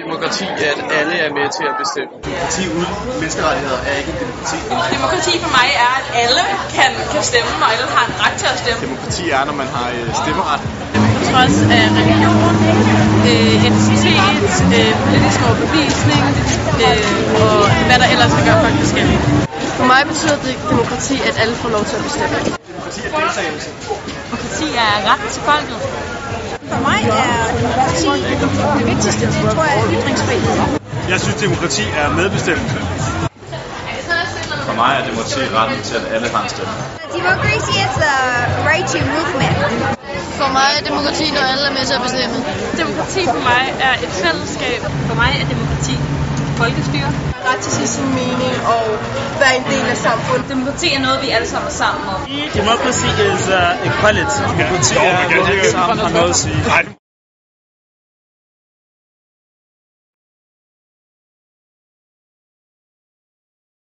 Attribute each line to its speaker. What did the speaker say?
Speaker 1: Demokrati, at alle er med til at bestemme.
Speaker 2: Demokrati uden menneskerettigheder er ikke en demokrati.
Speaker 3: Demokrati for mig er, at alle kan, kan stemme, og alle har en ret til at stemme.
Speaker 2: Demokrati er, når man har øh, stemmeret.
Speaker 4: på trods af religion, øh, etnicitet, øh, politisk overbevisning øh, og hvad der ellers vil gøre folk forskellige. For mig betyder det demokrati, at alle får lov til at bestemme.
Speaker 2: Demokrati er deltagelse.
Speaker 4: Demokrati er ret til folket.
Speaker 5: For mig er demokrati det vigtigste, det tror jeg, er ytringsfrihed.
Speaker 6: Jeg synes, demokrati er medbestemmelse.
Speaker 7: For mig er demokrati retten til, at alle har en stemme.
Speaker 5: Democracy is the right to movement.
Speaker 4: For mig er demokrati, når alle er med til at bestemme. Demokrati for mig er et fællesskab. For mig er demokrati folkestyre. Ret til at sige sin mening og være en del af samfundet. Demokrati er noget, vi alle sammen er sammen om.
Speaker 8: Democracy is uh, equality.
Speaker 6: Demokrati er, hvor alle sammen har noget at sige.